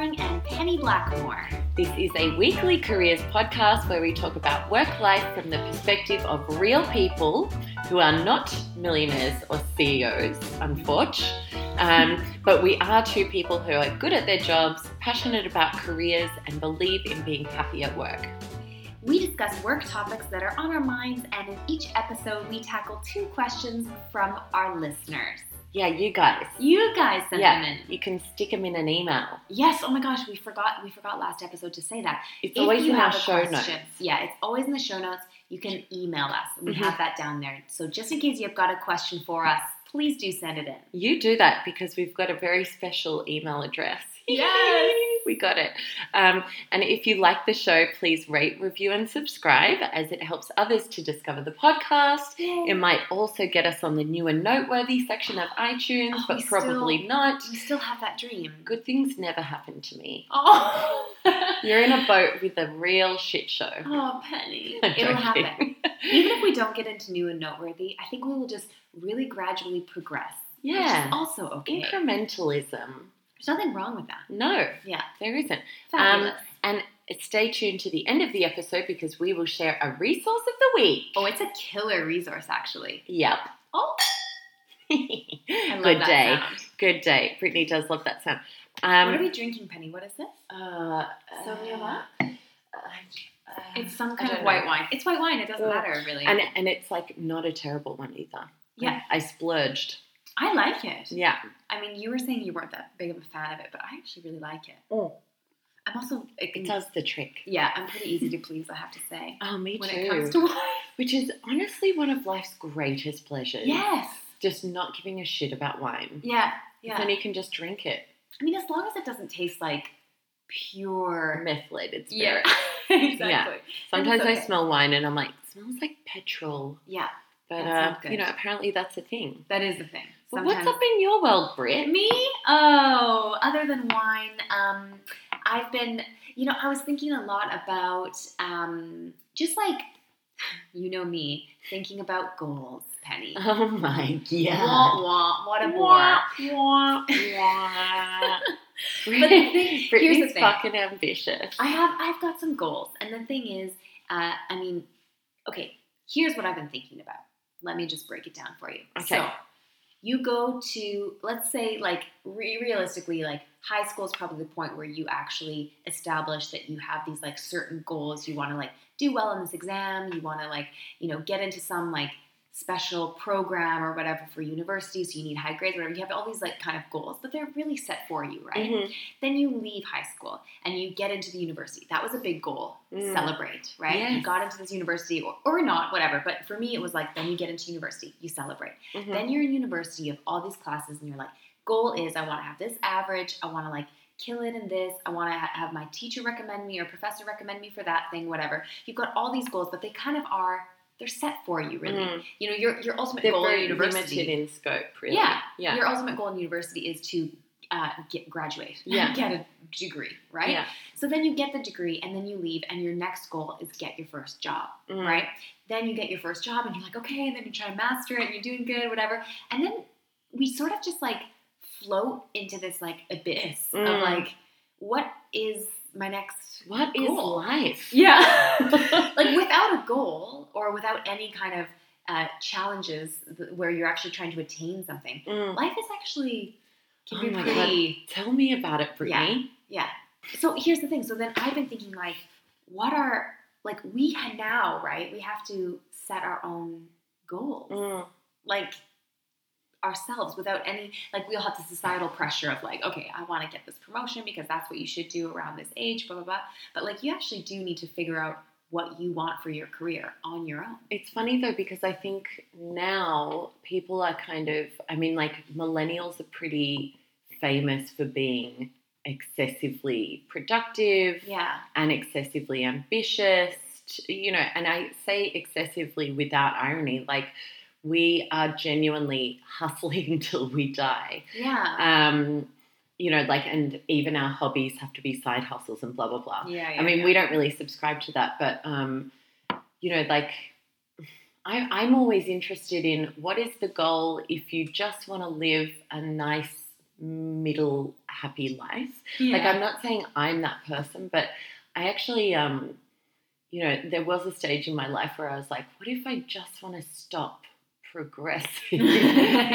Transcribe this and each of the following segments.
Danny Blackmore. This is a weekly careers podcast where we talk about work life from the perspective of real people who are not millionaires or CEOs, unfortunately. Um, but we are two people who are good at their jobs, passionate about careers, and believe in being happy at work. We discuss work topics that are on our minds, and in each episode, we tackle two questions from our listeners. Yeah, you guys. You guys sent Yeah. them in. You can stick them in an email. Yes. Oh my gosh, we forgot. We forgot last episode to say that. It's If always you in our have a show question- notes. Yeah, it's always in the show notes. You can email us. We Mhm. have that down there. So just in case you've got a question for us, please do send it in. You do that because we've got a very special email address. Yes. we got it. Um, and if you like the show, please rate, review, and subscribe as it helps others to discover the podcast. It might also get us on the new and noteworthy section of iTunes, Oh, but we probably not. You still have that dream. Good things never happen to me. Oh. You're in a boat with a real shit show. Oh, Penny. I'm It'll joking. happen. Even if we don't get into new and noteworthy, I think we will just really gradually progress. Which Yeah. is also okay. Incrementalism. There's nothing wrong with that. No, Yeah. there isn't. Fabulous. Stay tuned to the end of the episode because we will share a resource of the week. oh, it's a killer resource, actually. Yep. Oh, I love Good that day. sound. Good day. Brittany does love that sound. what are Um, we drinking, Penny? What is this? uh, Sauvignon uh, Blanc? uh, It's some I kind don't of white know. wine. It's white wine. It doesn't Ugh. matter, really. And, and it's like not a terrible one either. Yeah. I splurged. I like it. Yeah. I mean, you were saying you weren't that big of a fan of it, but I actually really like it. Oh. I'm also. It, It does the trick. Yeah, I'm pretty easy to please, I have to say. Oh, me When too. it comes to wine. Which is honestly one of life's greatest pleasures. Yes. Just not giving a shit about wine. Yeah. Yeah. And you can just drink it. I mean, as long as it doesn't taste like pure. Methylated Yeah, spirit. exactly. Sometimes it's I okay. smell wine and I'm like, smells like petrol. Yeah, That But, sounds uh, good. you know, apparently that's a thing. that is the thing. But Sometimes- what's up in your world, Brit? Me? Oh, other than wine, um, I've been, you know, I was thinking a lot about um, just like, you know me, thinking about goals, Penny. Oh my Wah, Uh-huh. wah, what a bore. Wah, wah, wah. But the thing, here's the Brittany's thing. fucking ambitious. I have I've got some goals, and the thing is, uh, I mean, okay, here's what I've been thinking about. Let me just break it down for you. Okay. So, you go to let's say like re- realistically like high school is probably the point where you actually establish that you have these like certain goals you want to like do well in this exam you want to like you know get into some like special program or whatever for university so you need high grades whatever you have all these like kind of goals but they're really set for you right Mhm. then you leave high school and you get into the university. That was a big goal. Mm. Celebrate, right? You Yes. got into this university or, or not, whatever. But for me, it was like then you get into university, you celebrate. Mhm. Then you're in university, you have all these classes, and you're like, goal is I want to have this average. I want to like kill it in this. I want to ha- have my teacher recommend me or professor recommend me for that thing, whatever. You've got all these goals, but they kind of are they're set for you, really. Mhm. You know, your your ultimate They're goal in very university limited in scope, really. Yeah. Yeah. your ultimate goal in university is to uh, get graduate, Yeah. get a degree, right? Yeah. So then you get the degree, and then you leave, and your next goal is get your first job, Mhm. right? Then you get your first job, and you're like, okay, and then you try to master it, and you're doing good, whatever. And then we sort of just like float into this like abyss of Mm. like, what is my next? What is Cool. life? Yeah. like without a goal or without any kind of uh, challenges th- where you're actually trying to attain something Mm. life is actually can Oh be my God. pretty. Tell me about it, Brittany. Yeah. So here's the thing. So then I've been thinking like, what are like we ha- now right? We have to set our own goals, Mm. like ourselves, without any like we all have the societal pressure of like, okay, I want to get this promotion because that's what you should do around this age, blah blah blah. But like you actually do need to figure out what you want for your career on your own. It's funny though because I think now people are kind of, I mean, like millennials are pretty famous for being excessively productive, Yeah. and excessively ambitious, t- you know, and I say excessively without irony, like we are genuinely hustling till we die. Yeah. Um, you know, like, and even our hobbies have to be side hustles and blah, blah, blah. yeah, I mean, we don't really subscribe to that, but, um, you know, like, I, I'm always interested in what is the goal if you just want to live a nice, middle happy life. Yeah. Like I'm not saying I'm that person, but I actually um you know, there was a stage in my life where I was like, what if I just want to stop progressing? you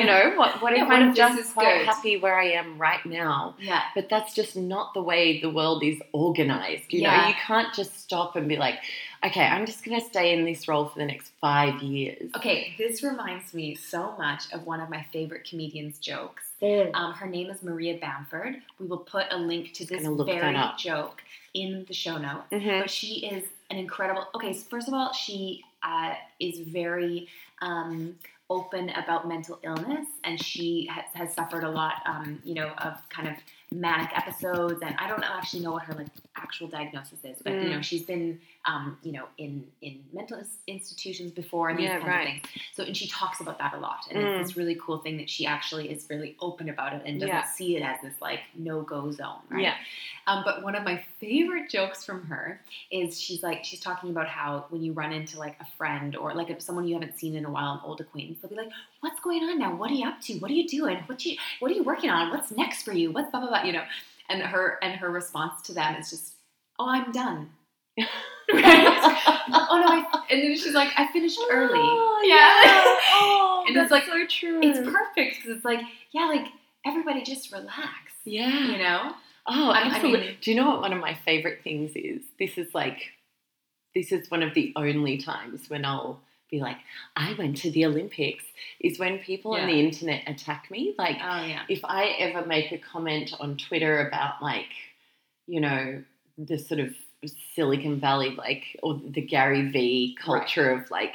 know, what what Yeah, if what I'm if this just is quite good? happy where I am right now? yeah. But that's just not the way the world is organized. You know, Yeah. you can't just stop and be like, okay, I'm just going to stay in this role for the next five years. Okay, this reminds me so much of one of my favorite comedians' jokes. Um, her name is Maria Bamford. We will put a link to this gonna look that very up. joke in the show notes. Mhm. But she is an incredible. Okay, so first of all, she uh, is very um, open about mental illness, and she has, has suffered a lot, um, you know, of kind of manic episodes. And I don't know, actually know what her like actual diagnosis is, but you Mm. know, she's been, um, you know, in in mental ins- institutions before and these Yeah, kinds right. of things. So, and she talks about that a lot, and Mm. it's this really cool thing that she actually is really open about it and doesn't Yeah. see it as this like no go zone, right? Yeah. Um, but one of my favorite jokes from her is she's like she's talking about how when you run into like a friend or like if someone you haven't seen in a while, an old acquaintance, they'll be like, "What's going on now? What are you up to? What are you doing? What you what are you working on? What's next for you? What's blah blah blah?" You know, and her and her response to them is just, "Oh, I'm done." Right? oh no, I, and then she's like, "I finished early." Oh, Yeah. Oh, And that's it's like, so true. It's perfect because it's like, yeah, like everybody just relax, yeah. you know? Oh, I- I absolutely. mean- Do you know what one of my favorite things is? This is like, this is one of the only times when I'll be like, I went to the Olympics, is when people on Yeah. the internet attack me. Like, Oh yeah, if I ever make a comment on Twitter about, like, you know, the sort of Silicon Valley, like, or the Gary Vee culture of, like,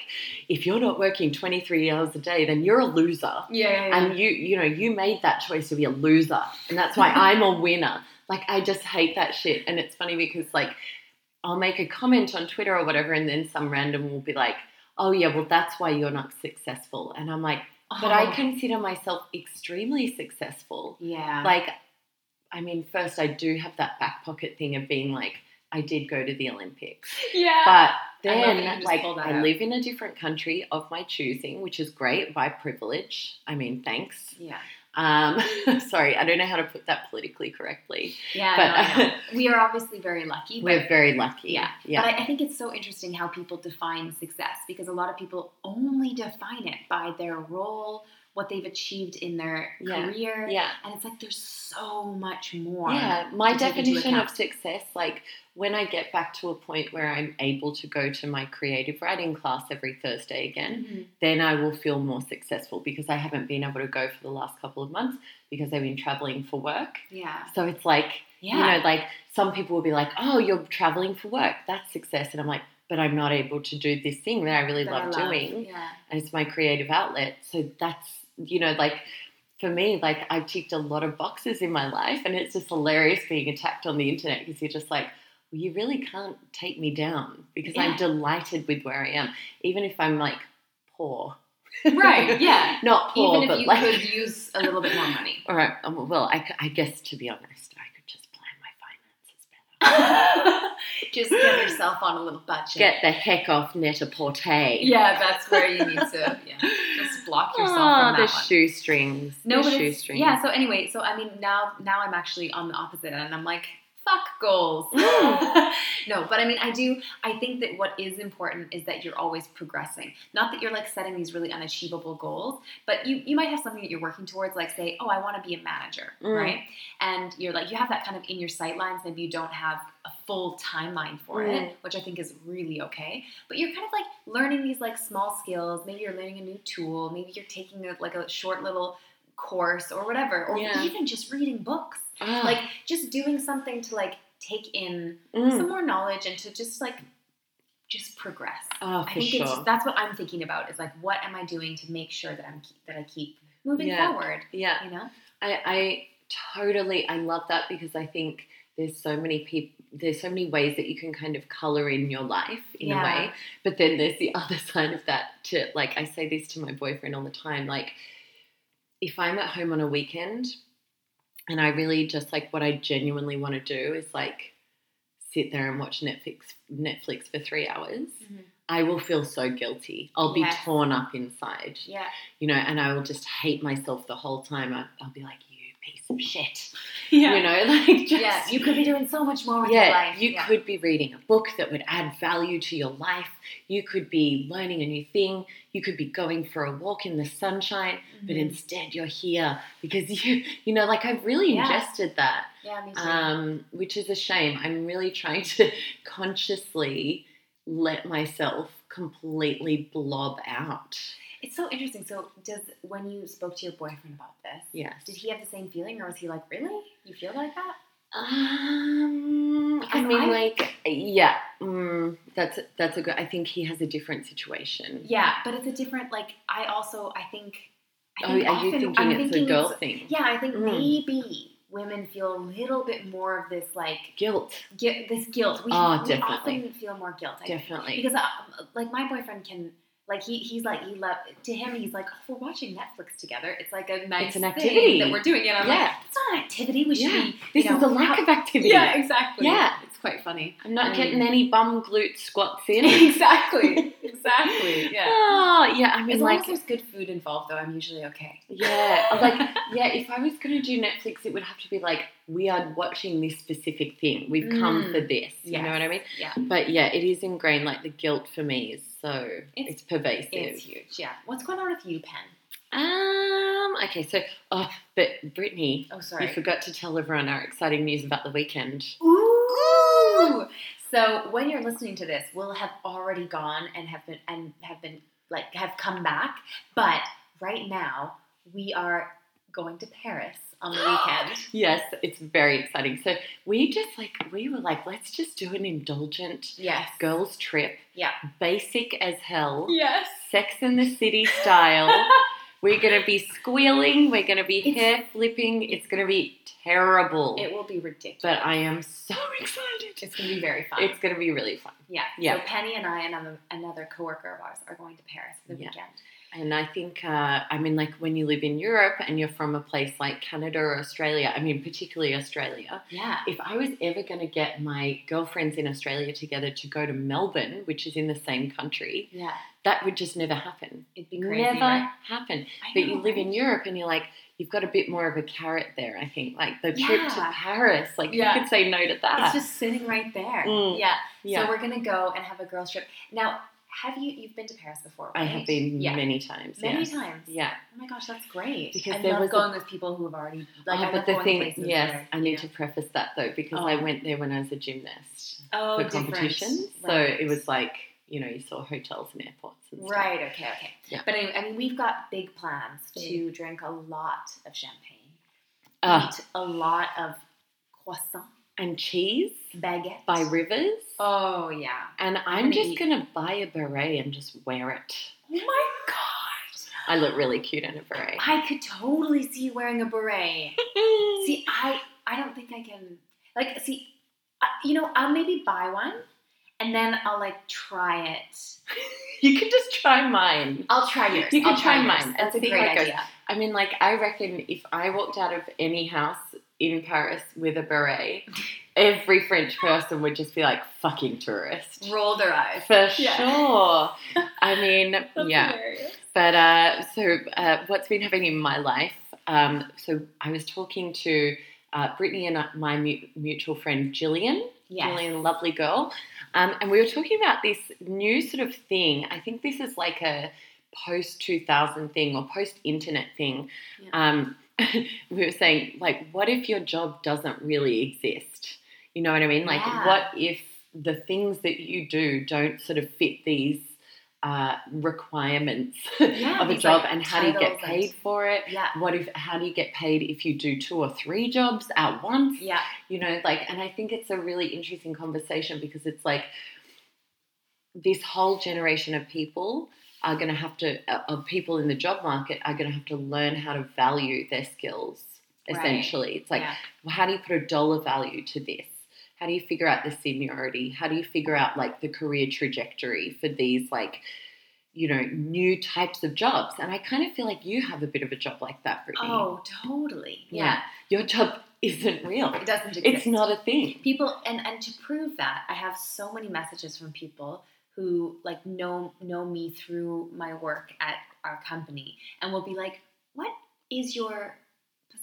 if you're not working 23 hours a day, then you're a loser yeah, yeah, yeah. and you you know you made that choice to be a loser and that's why i'm a winner like i just hate that shit and it's funny because like i'll make a comment on twitter or whatever and then some random will be like oh yeah well that's why you're not successful and i'm like but i Oh, consider myself extremely successful yeah, like i mean first i do have that back pocket thing of being like i did go to the olympics yeah. but I love that you then, just like, pulled that I out. live in a different country of my choosing, which is great by privilege. I mean, thanks. yeah. Um, sorry, I don't know how to put that politically correctly. Yeah, But- no, I know. we are obviously very lucky. But, We're very lucky. Yeah. Yeah. but I, I think it's so interesting how people define success because a lot of people only define it by their role, what they've achieved in their Yeah. career. yeah. And it's like there's so much more. Yeah, my to take into definition of account. success, like when I get back to a point where I'm able to go to my creative writing class every Thursday again, Mhm. then I will feel more successful because I haven't been able to go for the last couple of months because I've been traveling for work. Yeah. So it's like, Yeah. You know, like some people will be like, "Oh, you're traveling for work. That's success." And I'm like, "But I'm not able to do this thing that I really that I love, doing, Yeah. and it's my creative outlet." So that's, you know, like for me, like I've ticked a lot of boxes in my life, and it's just hilarious being attacked on the internet because you're just like, well, "You really can't take me down because I'm Yeah. delighted with where I am, even if I'm like poor." Right. Yeah. Not poor, Even but if you like could use a little bit more money. all right. Um, well, I, c- I guess to be honest, I could just plan my finances better. Just get yourself on a little budget. Get the heck off Net-a-Porter. yeah, that's where you need to yeah, just block yourself Ah, from that the one. shoestrings. No, the but it's, shoestrings. yeah. So anyway, so I mean, now now I'm actually on the opposite end. I'm like, fuck goals. Mm. no, but I mean, I do. I think that what is important is that you're always progressing. Not that you're like setting these really unachievable goals, but you you might have something that you're working towards. Like say, oh, I want to be a manager, Mm. right? And you're like, you have that kind of in your sight lines. Maybe you don't have a full timeline for Mm. it, which I think is really okay but you're kind of like learning these like small skills maybe you're learning a new tool maybe you're taking a, like a short little course or whatever or Yeah. even just reading books Ah, like just doing something to like take in mm. some more knowledge and to just like just progress Ah, i for think sure. it's that's what i'm thinking about is like what am i doing to make sure that i'm keep, that i keep moving Yeah. forward yeah, you know I, I totally I love that because I think there's so many people. There's so many ways that you can kind of color in your life in Yeah. a way, but then there's the other side of that. To like, I say this to my boyfriend all the time. Like, if I'm at home on a weekend, and I really just like what I genuinely want to do is like sit there and watch Netflix Netflix for three hours. I will feel so guilty. I'll be Mm. Yes. torn up inside yeah you know, and I will just hate myself the whole time. I, I'll be like, you piece of shit. Yeah. You know, like just yeah, you could be doing so much more with yeah, your life. you could be reading a book that would add value to your life. You could be learning a new thing. You could be going for a walk in the sunshine, Mm-hmm. but instead you're here because you, you know, like I've really Yeah. ingested that, yeah, me too. um, which is a shame. I'm really trying to consciously let myself completely blob out. it's so interesting. So, does when you spoke to your boyfriend about this, Yes. did he have the same feeling, or was he like, "Really, you feel like that?" Um, I Because mean, I- like, yeah, mm, that's that's a good. I think he has a different situation. Yeah, but it's a different. Like, I also, I think. I Oh, think are you often- thinking I'm it's thinking a girl thing? Yeah, I think Mm. maybe women feel a little bit more of this like Guilt, gu- this guilt. We, Oh, we definitely. often feel more guilt. I think. definitely. because uh, like my boyfriend can like he, he's like he love to him he's like oh, we're watching Netflix together it's like a nice an thing activity. that we're doing and I'm like yeah, it's not an activity we should Yeah. be this you know, is a lack how- of activity. yeah exactly Yeah. it's quite funny I'm not Mm. getting any bum glute squats in. exactly exactly yeah Oh, yeah. I mean, as long like, as there's good food involved though I'm usually okay yeah, I'm like, yeah. If I was gonna do Netflix, it would have to be like we are watching this specific thing. We've come Mm. for this. You know Yes. what I mean? yeah But yeah, it is ingrained. Like the guilt for me is so It's- it's, pervasive. it's huge yeah what's going on with you Pen Um. Okay. So, oh, but Brittany, oh sorry you forgot to tell everyone our exciting news about the weekend. Ooh. So when you're listening to this, we'll have already gone and have been and have been like have come back. But right now we are going to Paris on the weekend. Yes, it's very exciting. So we just like we were like, let's just do an indulgent yes. girls trip. Yeah. Basic as hell. Yes. Sex in the City style. we're gonna be squealing. We're gonna be It's- hair flipping. It's gonna be terrible. It will be ridiculous. but I am so excited. it's gonna be very fun. It's gonna be really fun. yeah. yeah. So Penny and I and another- another coworker of ours are going to Paris for the Yeah. weekend. And I think, uh, I mean, like when you live in Europe and you're from a place like Canada or Australia, I mean, particularly Australia, Yeah. if I was ever going to get my girlfriends in Australia together to go to Melbourne, which is in the same country, Yeah. that would just never happen. It'd be crazy. never right? happen. I But know, you live in right? Europe and you're like, you've got a bit more of a carrot there, I think. Like the trip to Yeah. Paris, like Yeah. you could say no to that. It's just sitting right there. Mm. Yeah. yeah. So we're gonna go and have a girls trip. Now, have you you've been to Paris before? I have right? been Yeah. many times. Many yeah. times. Yeah. Oh my gosh, that's great. Because I there love was a- going with people who have already like. I Oh, love but the going thing, places yes, where- I need yeah. to preface that though because I Oh. went there when I was a gymnast oh, for different. competitions, so Right. it was like you know you saw hotels and airports and stuff. Right. Okay. Okay. Yeah. But anyway, I mean, we've got big plans to Mm. drink a lot of champagne, Ah, eat a lot of croissant and cheese baguette by rivers, Oh yeah. and I'm, gonna just eat- gonna buy a beret and just wear it. Oh my god. I look really cute in a beret. I could totally see you wearing a beret. See, I I don't think I can. Like, see, I, you know, I'll maybe buy one, and then I'll like try it. you can just try mine. I'll try yours. You can I'll try yours. mine and That's a see great how it goes. idea. I mean, like I reckon if I walked out of any house in Paris with a beret, every French person would just be like fucking tourist. Roll their eyes. For Yeah. sure. I mean, yeah. But uh, so, uh, what's been happening in my life? Um, so, I was talking to uh, Brittany and uh, my mu- mutual friend Gillian. Yeah. Gillian, lovely girl. Um, and we were talking about this new sort of thing. I think this is like a post 2000 thing or post internet thing. Yeah. Um, we were saying, like, what if your job doesn't really exist? You know what I mean? Like, Yeah. what if the things that you do don't sort of fit these uh, requirements Yeah, of a these, job? like, and how do you get titles and- paid for it? Yeah. What if, how do you get paid if you do two or three jobs at once? Yeah. you know like and i think it's a really interesting conversation because it's like this whole generation of people are going to have to uh, of people in the job market are going to have to learn how to value their skills Right. essentially it's like yeah. well, how do you put a dollar value to this how do you figure out the seniority how do you figure out like the career trajectory for these like you know new types of jobs and i kind of feel like you have a bit of a job like that brittany Oh, totally. Yeah. your job isn't real It doesn't exist. it's not a thing people and and to prove that i have so many messages from people who like know know me through my work at our company and will be like what is your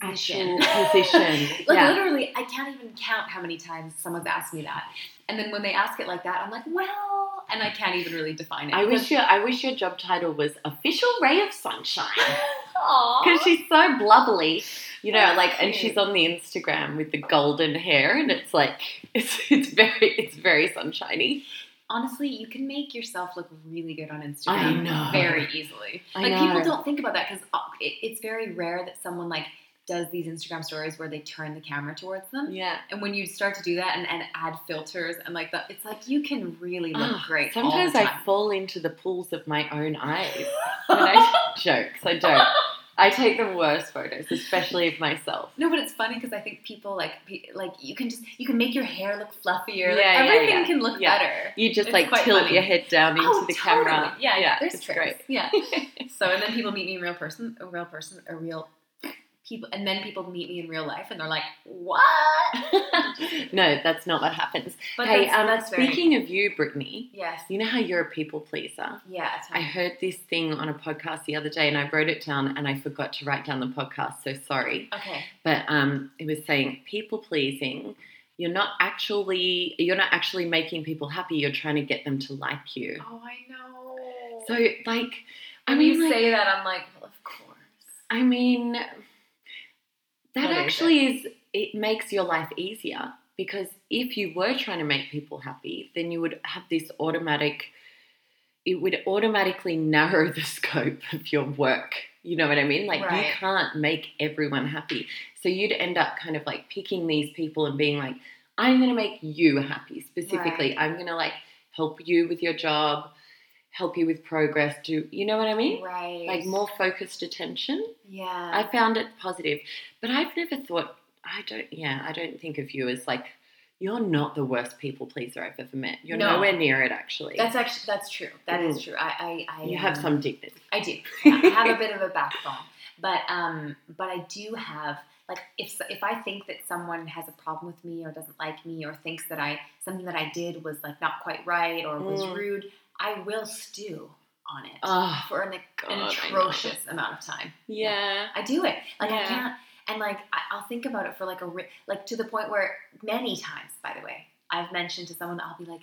actual position. Like yeah. literally, I can't even count how many times someone's asked me that. And then when they ask it like that, I'm like, well, and I can't even really define it. I wish your I wish your job title was official ray of sunshine Aw. because she's so bubbly, you know. That's Like, and cute. she's on the Instagram with the golden hair, and it's like it's it's very it's very sunshiny. Honestly, you can make yourself look really good on Instagram I know. very easily. I like know. people don't think about that because it, it's very rare that someone like does these Instagram stories where they turn the camera towards them. Yeah. And when you start to do that and, and add filters and like that, it's like you can really look Ah, great. all the Sometimes I time. fall into the pools of my own eyes. when I jokes, I don't. I take the worst photos, especially of myself. No, but it's funny because I think people like pe- like you can just you can make your hair look fluffier. like, Yeah, yeah, everything yeah. can look Yeah. better. You just It's like quite tilt funny. your head down into oh, the totally. camera. Yeah, yeah. There's it's tricks. great. Yeah. so and then people meet me in real person, a real person, a real people, and then people meet me in real life and they're like, "What?" no, that's not what happens. But hey, that's, um, that's very- speaking of you, Brittany, Yes. you know how you're a people pleaser? Yeah. it's I fine. heard this thing on a podcast the other day and I wrote it down and I forgot to write down the podcast, so sorry. Okay. But um, it was saying people pleasing, you're not actually you're not actually making people happy, you're trying to get them to like you. Oh, I know. So like I Oh. when mean you like, say that, I'm like, well, of course. I mean, that What is actually is it makes your life easier because if you were trying to make people happy, then you would have this automatic, it would automatically narrow the scope of your work. You know what I mean? Like, you Right. can't make everyone happy. So you'd end up kind of like picking these people and being like, I'm going to make you happy specifically. Right. I'm going to like help you with your job, help you with progress, do you know what I mean? Right. Like more focused attention. Yeah. I found it positive, but I've never thought. I don't. Yeah, I don't think of you as like you're not the worst people pleaser I've ever met. You're No. nowhere near it, actually. that's actually that's true. That is Mm. true. I I, I you have um, some dignity. I do. Yeah, I have a bit of a backbone, but um, but I do have like if if I think that someone has a problem with me or doesn't like me or thinks that I something that I did was like not quite right or was Mm. rude, I will stew on it Oh, for an, God, I an know. atrocious amount of time. yeah. I do it. Like I Yeah. can't, and like I, I'll think about it for like a ri- like to the point where many times, by the way, I've mentioned to someone, I'll be like,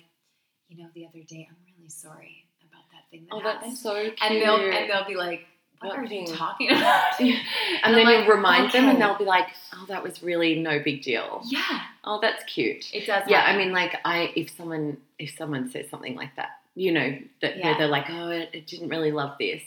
you know, the other day, I'm really sorry about that thing that Oh, happened, that's so cute. and they'll and they'll be like, what, What are thing? you talking about? Yeah. I'm And then like, you remind them, and okay. they'll be like, "Oh, that was really no big deal. yeah, Oh, that's cute." it does. Yeah, I happen. mean, like, I if someone if someone says something like that, you know, that where Yeah. they're like, "Oh, I, I didn't really love this."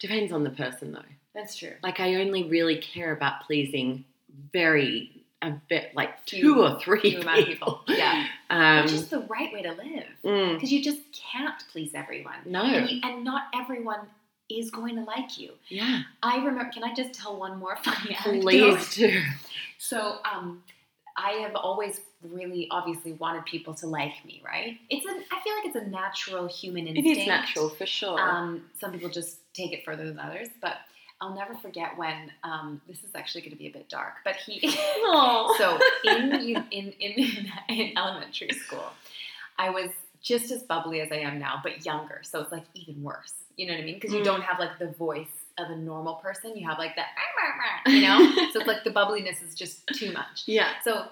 Depends on the person, though. that's true. like I only really care about pleasing very a bit like two, Few- or three few amount of people. people. Yeah, Um, which is the right way to live mm, because you just can't please everyone, no, and, you, and not everyone is going to like you. yeah, I remember. Can I just tell one more funny anecdote? please do. So, um, I have always really obviously wanted people to like me, right? It's an I feel like it's a natural human It instinct. is natural for sure. Um, some people just take it further than others, but I'll never forget when um, this is actually going to be a bit dark. But he, oh, so in, you- in in in elementary school, I was just as bubbly as I am now, but younger. So it's like even worse. You know what I mean? Because you Mm. don't have like the voice of a normal person. You have like that, you know. so it's like the bubbliness is just too much. yeah, So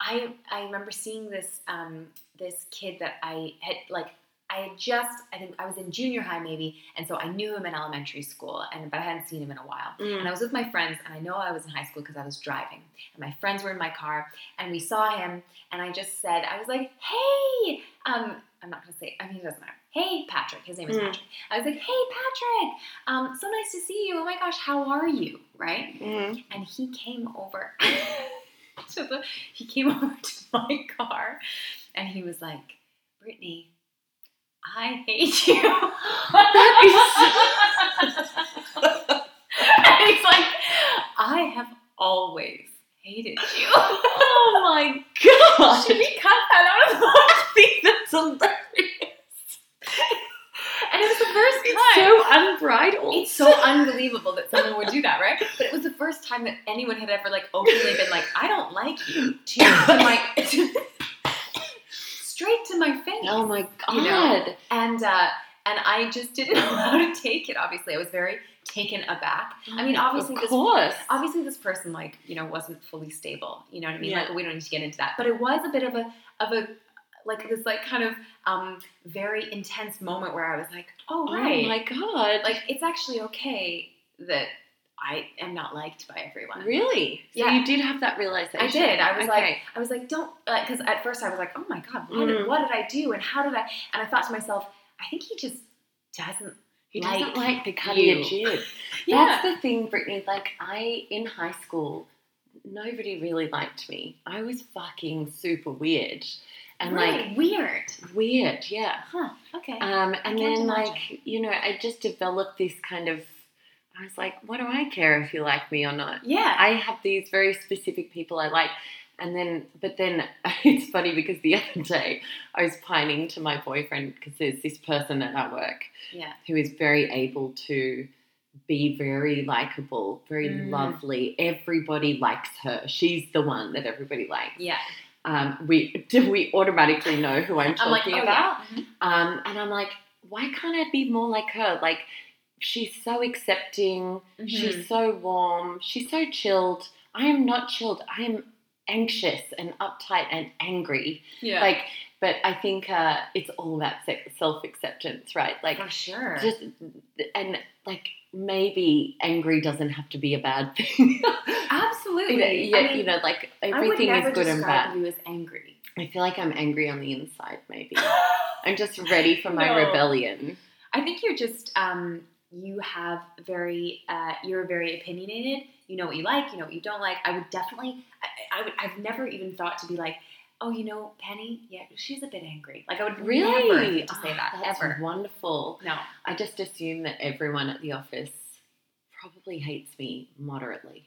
I I remember seeing this um, this kid that I had like I had just I think I was in junior high maybe, and so I knew him in elementary school, and but I hadn't seen him in a while. And mm, I was with my friends, and I know I was in high school because I was driving. And my friends were in my car, and we saw him, and I just said, I was like, hey, um, I'm not gonna say, I mean, it doesn't matter. Hey, Patrick, his name is Mm. Patrick. I was like, hey, Patrick, um, so nice to see you. Oh my gosh, how are you? Right? mm. And he came over to the, he came over to my car, and he was like, Brittany, I hate you. and he's like, I have always hated you. oh my god, Should we cut that out of the I think that's hilarious. And it was the first It's time. so unbridled. It's so unbelievable that someone would do that, right? But it was the first time that anyone had ever like openly been like, I don't like you to, to my straight to my face. oh my god. You know, And uh, and I just didn't know how to take it. Obviously, I was very taken aback. I mean, obviously, of this Oh course. obviously this person like you know wasn't fully stable. You know what I mean? Yeah. Like we don't need to get into that, but it was a bit of a of a like this like kind of um, very intense moment where I was like, oh right, Oh my god. like it's actually okay that I am not liked by everyone. really? So Yeah. you did have that realization. I did. I was like, Okay. I was like, don't, because at first I was like, oh my god, what, did, Mm. what did I do, and how did I? And I thought to myself, I think he just doesn't. He doesn't like like the cut of your you. jib. Yeah. That's the thing, Brittany. Like I in high school, nobody really liked me. I was fucking super weird, and really weird. like weird, yeah. Huh. Okay. Um, and can't then imagine. like you know, I just developed this kind of. I was like, what do I care if you like me or not? yeah. I have these very specific people I like. And then, but then it's funny because the other day I was pining to my boyfriend because there's this person at our work yeah. who is very able to be very likable, very Mm. lovely. Everybody likes her. She's the one that everybody likes. Yeah. Um, we we automatically know who I'm I'm like, talking oh, about. yeah. Mhm. Um, and I'm like, why can't I be more like her? Like, she's so accepting. Mhm. She's so warm. She's so chilled. I am not chilled. I am anxious and uptight and angry. yeah. Like, but I think uh, it's all about self acceptance, right? Like, for sure. just and like maybe angry doesn't have to be a bad thing. Absolutely. you, know, yeah, I mean, you know, like I would everything never is good and describe bad. you as angry. I feel like I'm angry on the inside. Maybe I'm just ready for my No. rebellion. I think you're just um, you have very uh, you're very opinionated. You know what you like. You know what you don't like. I would definitely. I, I would. I've never even thought to be like, oh, you know, Penny. Yeah, she's a bit angry. Like I would never Really, think to say Oh, that that's ever. wonderful. No. I just assume that everyone at the office probably hates me moderately.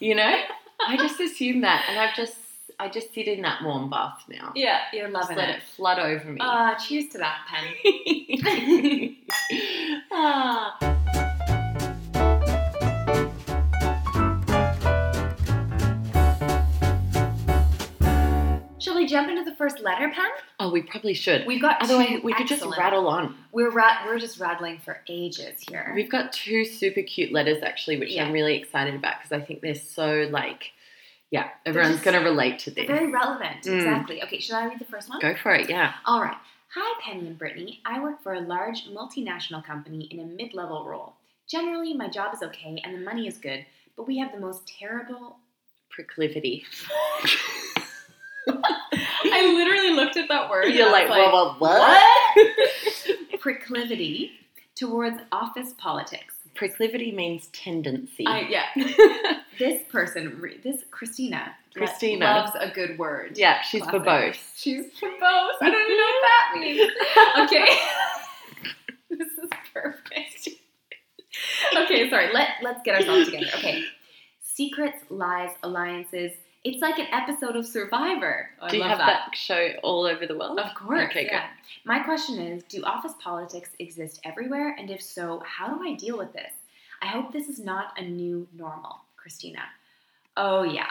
you know, I just assume that, and I've just I just sit in that warm bath now. Yeah, you're Just loving let it. it Ah. flood over me. Uh, cheers to that, Penny. Ah. Shall we jump into the first letter, Pen? Oh, we probably should. We've got. Otherwise, two we could just excellent- rattle on. We're ra- we're just rattling for ages here. We've got two super cute letters actually, which Yeah. I'm really excited about because I think they're so like, yeah, everyone's just- going to relate to this. very relevant, Mm. exactly. Okay, should I read the first one? Go for it, yeah. All right. Hi, Penny and Brittany. I work for a large multinational company in a mid level role. Generally, my job is okay and the money is good, but we have the most terrible. Proclivity. I literally looked at that word. You're like, whoa, whoa, what? Proclivity towards office politics. Proclivity means tendency. yeah. this person, re- this Christina, lo- Christina. loves a good word. yeah, she's for Classic. both. She's verbose. I don't even know what that means. Okay. this is perfect. Okay, sorry. Let let's get ourselves together. Okay. Secrets, lies, alliances. It's like an episode of Survivor. Oh, I Do you love have that. that. Oh, show all over the world? Of course. Okay, yeah. My question is Do office politics exist everywhere? And if so, how do I deal with this? I hope this is not a new normal, Christina. Oh, yeah.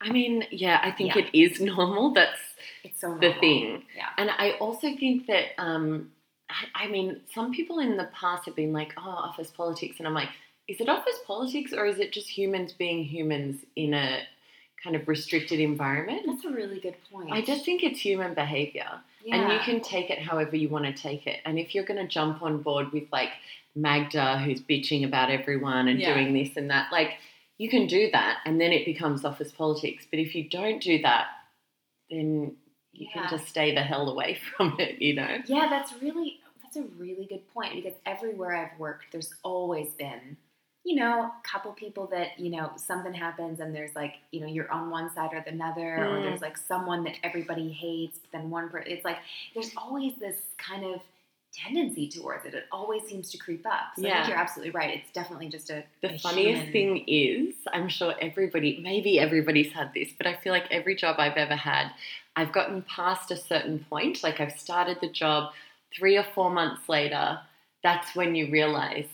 good. I mean, yeah, I think Yeah. it is normal. That's It's so the normal. thing. Yeah. And I also think that, um, I, I mean, some people in the past have been like, oh, office politics. And I'm like, is it office politics or is it just humans being humans in a kind of restricted environment? That's a really good point. I just think it's human behavior. yeah. And you can take it however you want to take it. And if you're going to jump on board with like Magda, who's bitching about everyone and Yeah. doing this and that, like you can do that and then it becomes office politics. But if you don't do that, then you Yeah. can just stay the hell away from it, you know? Yeah, that's really that's a really good point because everywhere I've worked, there's always been, you know, a couple people that you know something happens and there's like you know you're on one side or the other, or Mm. there's like someone that everybody hates, but then one person. It's like there's always this kind of tendency towards it. It always seems to creep up. So I Yeah. think you're absolutely right. It's definitely just a The a funniest human- thing is, I'm sure everybody, maybe everybody's had this, but I feel like every job I've ever had, I've gotten past a certain point. Like I've started the job three or four months later, that's when you realize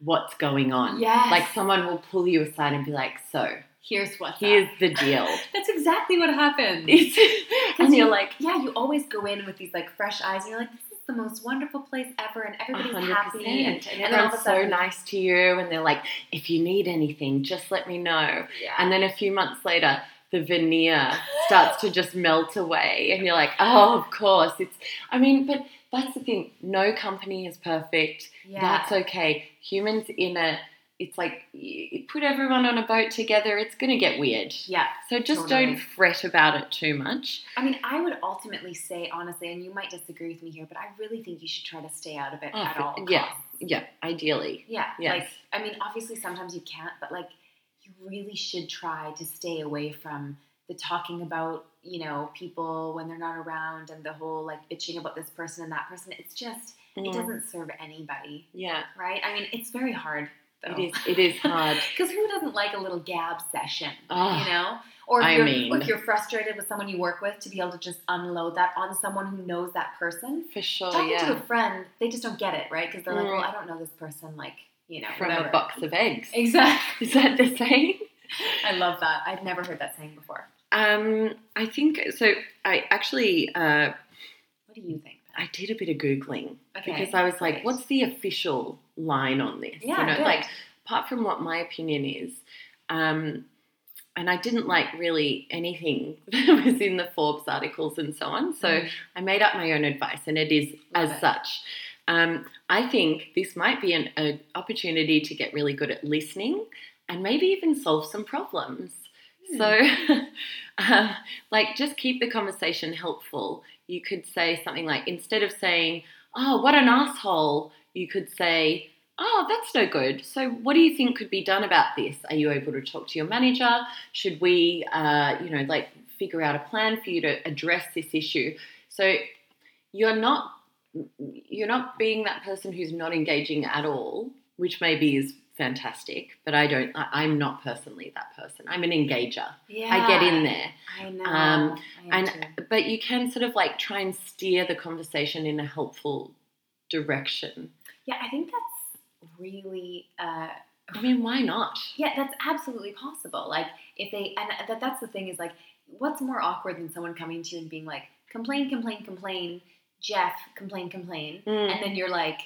what's going on. Yes. Like someone will pull you aside and be like, So, Here's what's here's up. the deal. That's exactly what happened. It's- and you're like, yeah, you always go in with these like fresh eyes, and you're like, this is the most wonderful place ever, and everybody's 100%. happy, and, And, then all of a everyone's so sudden- nice to you, and they're like, if you need anything, just let me know. yeah. And then a few months later, the veneer starts to just melt away, and you're like, oh, of course. It's, I mean, but that's the thing. No company is perfect. yeah. That's okay. Humans in a, it's like you you put everyone on a boat together. It's gonna get weird. yeah. So just Totally. don't fret about it too much. I mean, I would ultimately say, honestly, and you might disagree with me here, but I really think you should try to stay out of it Oh, at for- all. yeah. costs. Yeah, ideally. Yeah. Yes. Like, I mean, obviously, sometimes you can't, but like, you really should try to stay away from the talking about, you know, people when they're not around and the whole like bitching about this person and that person. It's just, it Mm. doesn't serve anybody, yeah, right? I mean, it's very hard. Though. it is. It is hard. Because who doesn't like a little gab session, Oh, you know? Or if, I you're, mean- or if you're frustrated with someone you work with, to be able to just unload that on someone who knows that person. for sure. Talking Oh, yeah, to a friend, they just don't get it, right? Because they're like, Mm. well, I don't know this person, like, you know, from whatever. a box of eggs. Exactly. Is that the saying? I love that. I've never heard that saying before. Um, I think so. I actually uh, What do you think? Pat? I did a bit of googling Okay. because I was like, great. what's the official line on this? yeah, you know, good. like apart from what my opinion is, um, and I didn't like really anything that was in the Forbes articles and so on. So Mm. I made up my own advice, and it is Love as it. such. Um, I think this might be an, an opportunity to get really good at listening and maybe even solve some problems. So, um, like, just keep the conversation helpful. You could say something like, instead of saying, oh, what an asshole, you could say, oh, that's no good. So, what do you think could be done about this? Are you able to talk to your manager? Should we, uh, you know, like, figure out a plan for you to address this issue? So, you're not you're not being that person who's not engaging at all, which maybe is fantastic, but I don't. I, I'm not personally that person. I'm an engager. yeah, I get in there, I know. Um, I am and- too. but you can sort of like try and steer the conversation in a helpful direction. yeah, I think that's really. Uh, I mean, why not? Yeah, that's absolutely possible. Like if they and that that's the thing is like what's more awkward than someone coming to you and being like complain, complain, complain, Jeff, complain, complain, Mm. and then you're like.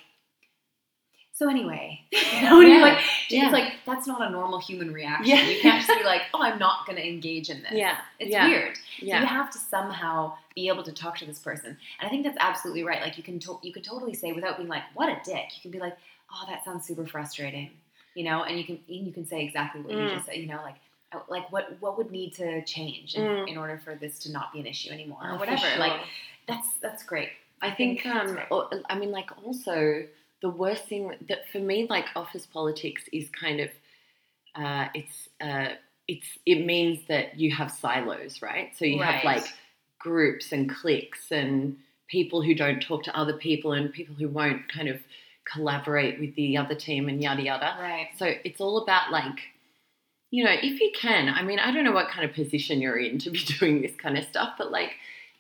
So anyway, you know, and you're Yeah, like, yeah. it's like that's not a normal human reaction. Yeah. You can't just be like, "Oh, I'm not going to engage in this." yeah, it's yeah, weird. So you Yeah, have to somehow be able to talk to this person, and I think that's absolutely right. Like you can to- you can totally say without being like, "What a dick." You can be like, "Oh, that sounds super frustrating," you know, and you can and you can say exactly what you Mm. just said, you know, like uh, like what what would need to change in, Mm. in order for this to not be an issue anymore Oh, or for whatever. Like sure. that's that's great. I think, that's um, great. or, I mean, like, also the worst thing that for me, like, office politics is kind of, uh, it's, uh, it's, it means that you have silos, right? So you have Right. like groups and cliques and people who don't talk to other people and people who won't kind of collaborate with the other team and yada yada. right. So it's all about like, you know, if you can, I mean, I don't know what kind of position you're in to be doing this kind of stuff, but like,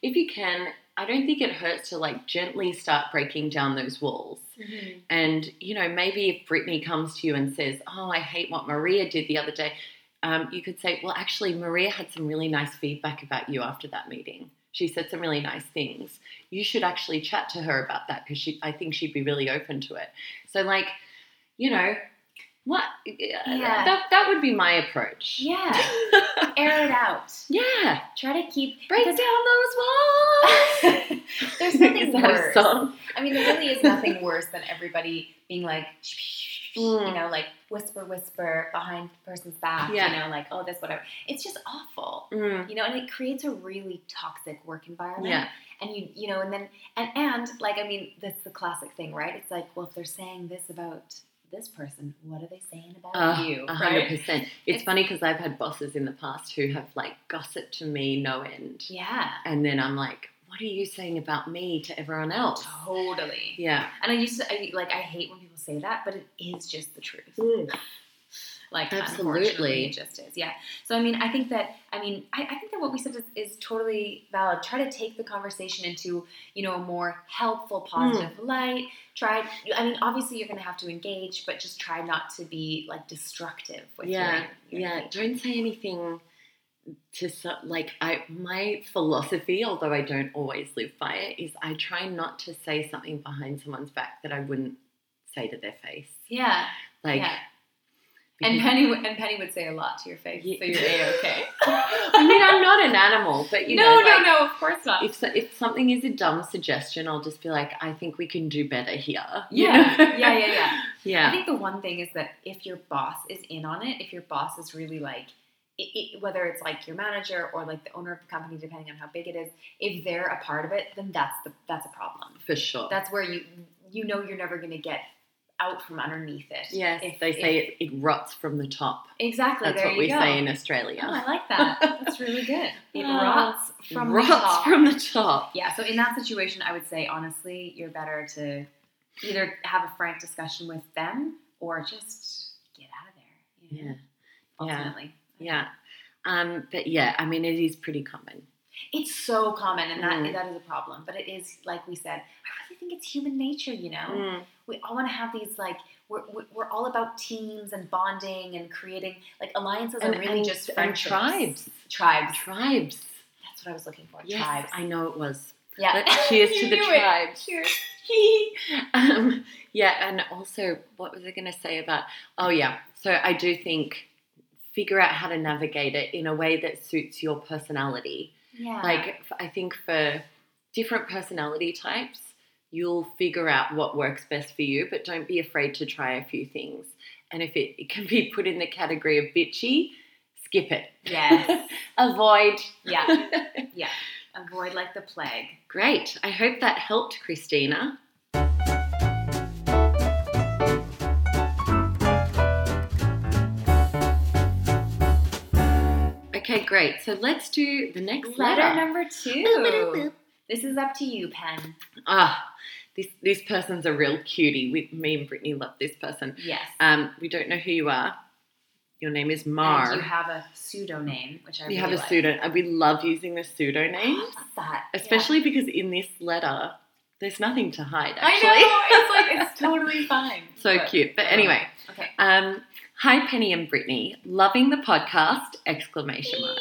if you can, I don't think it hurts to like gently start breaking down those walls. Mm-hmm. And, you know, maybe if Brittany comes to you and says, Oh, I hate what Maria did the other day, um, you could say, Well, actually, Maria had some really nice feedback about you after that meeting. She said some really nice things. You should actually chat to her about that because I think she'd be really open to it. So, like, you know, what? uh, That, that would be my approach. Yeah, air it out. Yeah. Try to keep. Break down Because- those walls. There's nothing Is that a worse. song? I mean, there really is nothing worse than everybody being like, you Mm. know, like whisper, whisper behind the person's back, you Yeah. know, like, oh, this, whatever. It's just awful, Mm. you know, and it creates a really toxic work environment. Yeah. And you, you know, and then, and, and like, I mean, that's the classic thing, right? It's like, well, if they're saying this about this person, what are they saying about Oh, you? A hundred Right? percent. It's funny because I've had bosses in the past who have like gossiped to me no end, Yeah. and then I'm like, "What are you saying about me to everyone else?" Totally. Yeah, And I used to, I, like, I hate when people say that, but it is just the truth. Like Absolutely. unfortunately, it just is. Yeah. So I mean, I think that I mean, I, I think that what we said is, is totally valid. Try to take the conversation into you know a more helpful, Mm. positive light. Try. I mean, obviously you're going to have to engage, but just try not to be like destructive with your- Yeah. your yeah. engagement. Don't say anything to so- like I my philosophy, although I don't always live by it, is I try not to say something behind someone's back that I wouldn't say to their face. Yeah. Like yeah. And Penny w- and Penny would say a lot to your face, Ye- so you're a okay. I mean, I'm not an animal, but you no, know, no, like, no. Of course not. If so, if something is a dumb suggestion, I'll just be like, I think we can do better here. you Yeah. know? yeah, yeah, yeah. I yeah, think the one thing is that if your boss is in on it, if your boss is really like, i i whether it's like your manager or like the owner of the company, depending on how big it is, if they're a part of it, then that's the that's a problem. for sure. That's where you you know you're never going to get out from underneath it. yes, If- they if- say it, it rots from the top. exactly. That's there what you we go. say in Oh, Australia. I like that. That's really good. It Ah. rots from rots the top. from the top. yeah. So in that situation, I would say honestly, you're better to either have a frank discussion with them or just get out of there. you know? Yeah. ultimately. Yeah. Um, but yeah, I mean, it is pretty common. It's so common and that, Mm. that is a problem. But it is, like we said, I really think it's human nature, you know? Mm. We all want to have these, like, we're, we're- we're all about teams and bonding and creating, like, alliances And, are really and- just and friendships. tribes. Tribes. Tribes. That's what I was looking for. Yes, Tribes. I know it was. yeah. But cheers You to the knew it. tribes. Cheers. um, yeah, and also, what was I going to say about? Oh, yeah. So I do think figure out how to navigate it in a way that suits your personality. Yeah. Like, f- I think for different personality types, you'll figure out what works best for you, but don't be afraid to try a few things. And if it, it can be put in the category of bitchy, skip it. yes. Avoid. yeah. Yeah. Avoid like the plague. Great. I hope that helped, Christina. Okay, great. So let's do the next letter. Letter number two. This is up to you, Pen. Ah, this this person's a real cutie. We, me and Brittany love this person. Yes. Um, we don't know who you are. Your name is Mar. And you have a pseudonym, which I you really have a like. pseudo. We love using the I pseudonym, love that. especially because in this letter, there's nothing to hide. Yeah. Actually. I know. It's like it's totally fine. So But- cute. But anyway, Okay. um, hi Penny and Brittany, loving the podcast! Exclamation mark.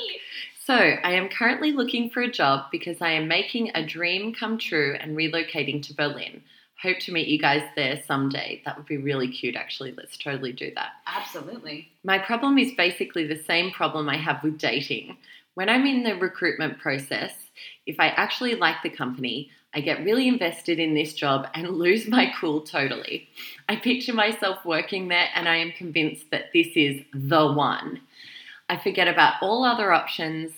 So I am currently looking for a job because I am making a dream come true and relocating to Berlin. Hope to meet you guys there someday. That would be really cute, actually. Let's totally do that. Absolutely. My problem is basically the same problem I have with dating. When I'm in the recruitment process, if I actually like the company, I get really invested in this job and lose my cool totally. I picture myself working there and I am convinced that this is the one. I forget about all other options.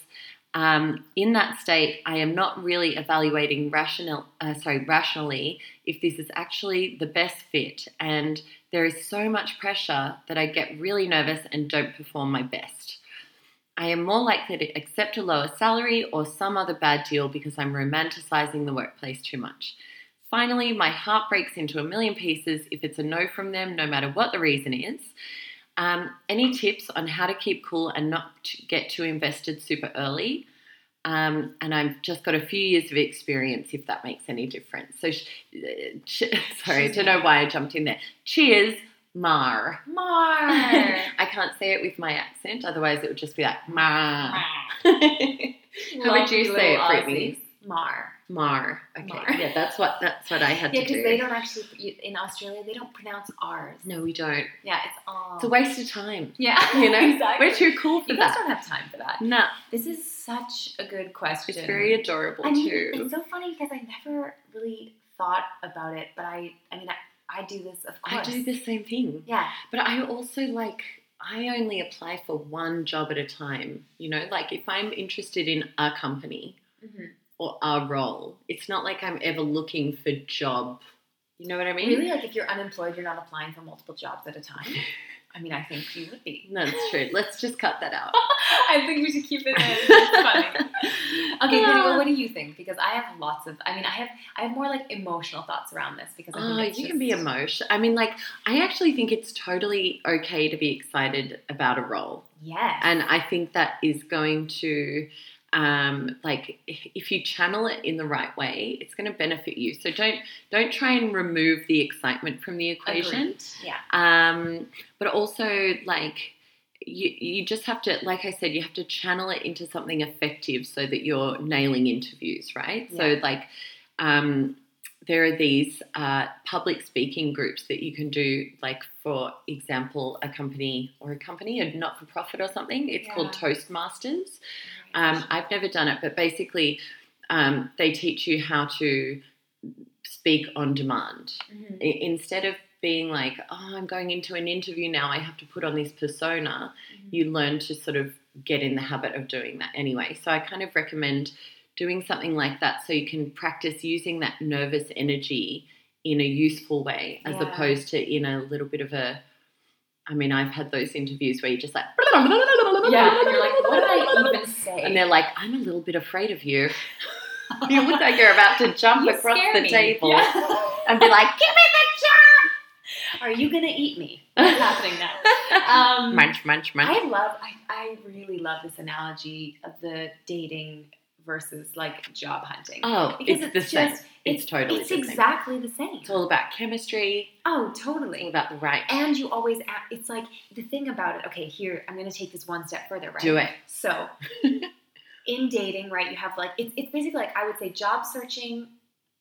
Um, in that state, I am not really evaluating rational, uh, sorry, rationally if this is actually the best fit and there is so much pressure that I get really nervous and don't perform my best. I am more likely to accept a lower salary or some other bad deal because I'm romanticizing the workplace too much. Finally, my heart breaks into a million pieces if it's a no from them, no matter what the reason is. Um, any tips on how to keep cool and not to get too invested super early? Um, and I've just got a few years of experience, if that makes any difference. So, sh- uh, ch- sorry, I don't know why I jumped in there. Cheers, Mar. Mar. I can't say it with my accent, otherwise it would just be like Mar. How would you Lovely say it, little Brittany? Aussies. Mar. Mar. Okay. Mar. Yeah, that's what that's what I had Yeah, to do. because they don't actually you- in Australia they don't pronounce R's. no, we don't. Yeah, it's all. It's a waste of time. yeah, You know, Oh. exactly. we're too cool for you guys that. don't have time for that. No, This is such a good question. it's very adorable I mean, too. it's so funny because I never really thought about it, but I, I mean, I, I do this, of I course. do the same thing, Yeah, but I also like. I only apply for one job at a time. You know, like if I'm interested in a company Mhm. or a role, it's not like I'm ever looking for job. You know what I mean? really, like if you're unemployed, you're not applying for multiple jobs at a time. I mean, I think you would be. That's true. Let's just cut that out. I think we should keep it in. Okay, Penny, Ah. well, what do you think? Because I have lots of. I mean, I have I have more like emotional thoughts around this because I think Oh, it's you just, can be emotional. I mean, like, I actually think it's totally okay to be excited about a role. Yes. And I think that is going to, um, like, if if you channel it in the right way, it's going to benefit you. So don't don't try and remove the excitement from the equation. Agreed. Yeah. Um, but also, like, you, you just have to, like I said, you have to channel it into something effective so that you're nailing interviews, right? So, Yeah. like, um, there are these uh, public speaking groups that you can do, like, for example, a company or a company, a not for profit or something. It's called Toastmasters. Um, I've never done it, but basically, um, they teach you how to speak on demand. Mhm. I- instead of being like, oh, I'm going into an interview now, I have to put on this persona, Mhm. you learn to sort of get in the habit of doing that anyway. So I kind of recommend doing something like that so you can practice using that nervous energy in a useful way as Yeah. opposed to in a little bit of a. I mean, I've had those interviews where you're just like, Yeah, and you're like, what did I even say? and they're like, I'm a little bit afraid of you. You look like you're about to jump You across scare the me. table Yeah. and be like, give Are you gonna eat me? What's happening now? Um, munch, munch, munch. I love. I, I really love this analogy of the dating versus like job hunting. oh, because it's, it's the same. just- It's, totally it's the same. exactly the same. It's all about chemistry. Oh, It's all totally. about the right. And you always. a- It's like the thing about it. Okay, here I'm gonna take this one step further. Right. Do it. So, in dating, right, you have like it's it's basically like I would say job searching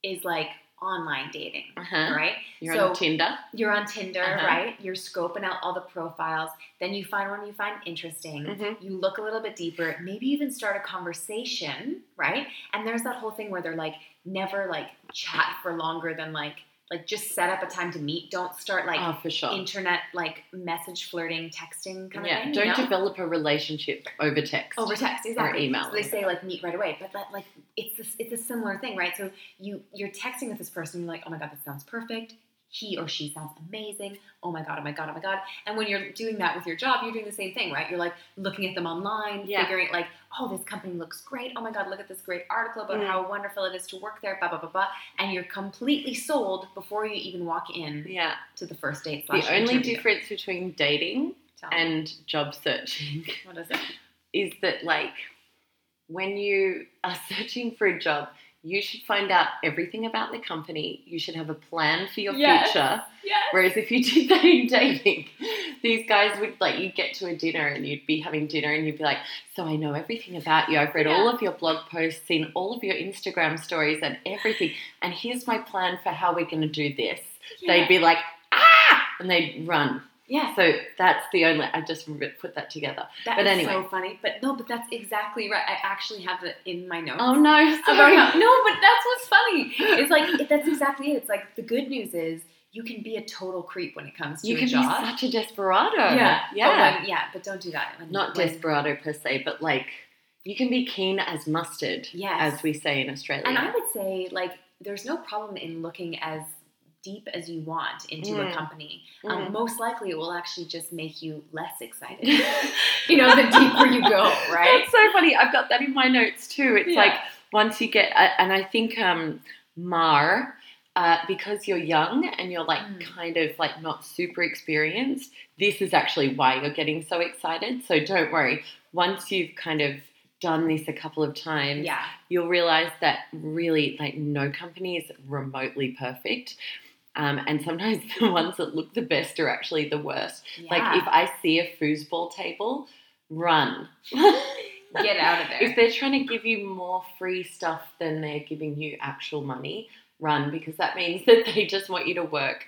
is like online dating, Uh-huh. right? You're So- on Tinder. You're on Tinder, Uh-huh. right? You're scoping out all the profiles. Then you find one you find interesting. Mhm. You look a little bit deeper, maybe even start a conversation, right? And there's that whole thing where they're like, never like chat for longer than like, like just set up a time to meet. Don't start like oh, for sure. internet, like message flirting, texting kind yeah, of thing. you don't know? develop a relationship over text. Over text, exactly. email. So they say like meet right away, but that like it's this, it's a similar thing, right? So you you're texting with this person, you're like, oh my god, this sounds perfect. He or she sounds amazing. Oh my god, oh my god, oh my god. And when you're doing that with your job, you're doing the same thing, right? You're like looking at them online, Yeah. figuring like, oh, this company looks great. Oh my god, look at this great article about Mm. how wonderful it is to work there. Blah blah blah blah. And you're completely sold before you even walk in yeah. to the first date. The slash only interview. difference between dating Tell me, and job searching what is it? is that like when you are searching for a job, you should find out everything about the company. You should have a plan for your Yes. future. Yeah. Whereas if you did that in dating, these guys would like you get to a dinner and you'd be having dinner and you'd be like, "So I know everything about you. I've read all of your blog posts, seen all of your Instagram stories, and everything. And here's my plan for how we're going to do this." They'd be like, "Ah!" and they'd run. yeah. So that's the only. I just re- put that together. That But is anyway. so funny. But no, but that's exactly right. I actually have it in my notes. Oh no! About Sorry. how- no, but that's what's funny. It's like it- that's exactly it. It's like the good news is you can be a total creep when it comes to You a can job. be such a desperado. yeah, Oh, Yeah. But when- yeah, but don't do that. When, Not when- desperado per se, but like you can be keen as mustard, Yes. as we say in Australia. and I um, would say like there's no problem in looking as deep as you want into Mm. a company. Mm. Um, most likely, it will actually just make you less excited. you know, the deeper you go, right? That's so funny. I've got that in my notes too. It's Yeah. like once you get, I- and I think um, Mar, uh, because you're young and you're like Mm. kind of like not super experienced, this is actually why you're getting so excited. So don't worry. Once you've kind of done this a couple of times, Yeah. you'll realize that really like no company is remotely perfect. Um, and sometimes the ones that look the best are actually the worst. Like if Yeah. I see a foosball table, run. get out of there. If they're trying to give you more free stuff than they're giving you actual money, run because that means that they just want you to work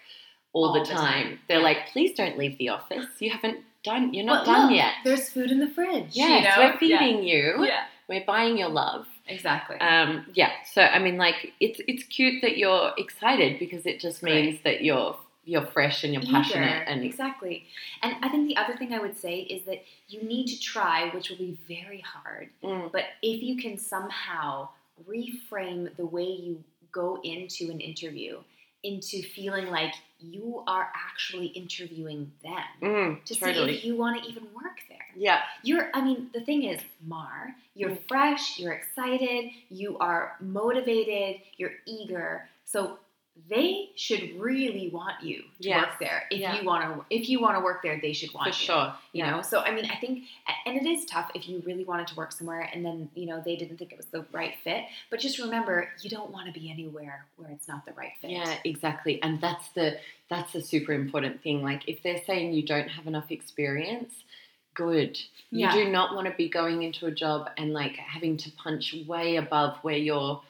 all, the, time. They're like, please don't leave the office. You haven't done. You're not But done look, yet. There's food in the fridge. Yes, you know? we're feeding you. Yeah, Yeah, We're buying your love. exactly. Um, yeah. So I mean, like, it's it's cute that you're excited because it just Great. means that you're you're fresh and you're Eager. passionate and exactly. And I think the other thing I would say is that you need to try, which will be very hard. Mm, But if you can somehow reframe the way you go into an interview into feeling like you are actually interviewing them mm, to see totally. if you want to even work there. yeah. You're, I mean, the thing is, Mar, you're Mm. fresh, you're excited, you are motivated, you're eager. So they should really want you to Yes. work there. If Yeah. you want to, if you want to work there, they should want For you. sure. You Yeah. know, so I mean, I think, and it is tough if you really wanted to work somewhere and then you know they didn't think it was the right fit. But just remember, you don't want to be anywhere where it's not the right fit. Yeah, exactly. And that's the that's the super important thing. Like if they're saying you don't have enough experience, good. You Yeah. do not want to be going into a job and like having to punch way above where you're.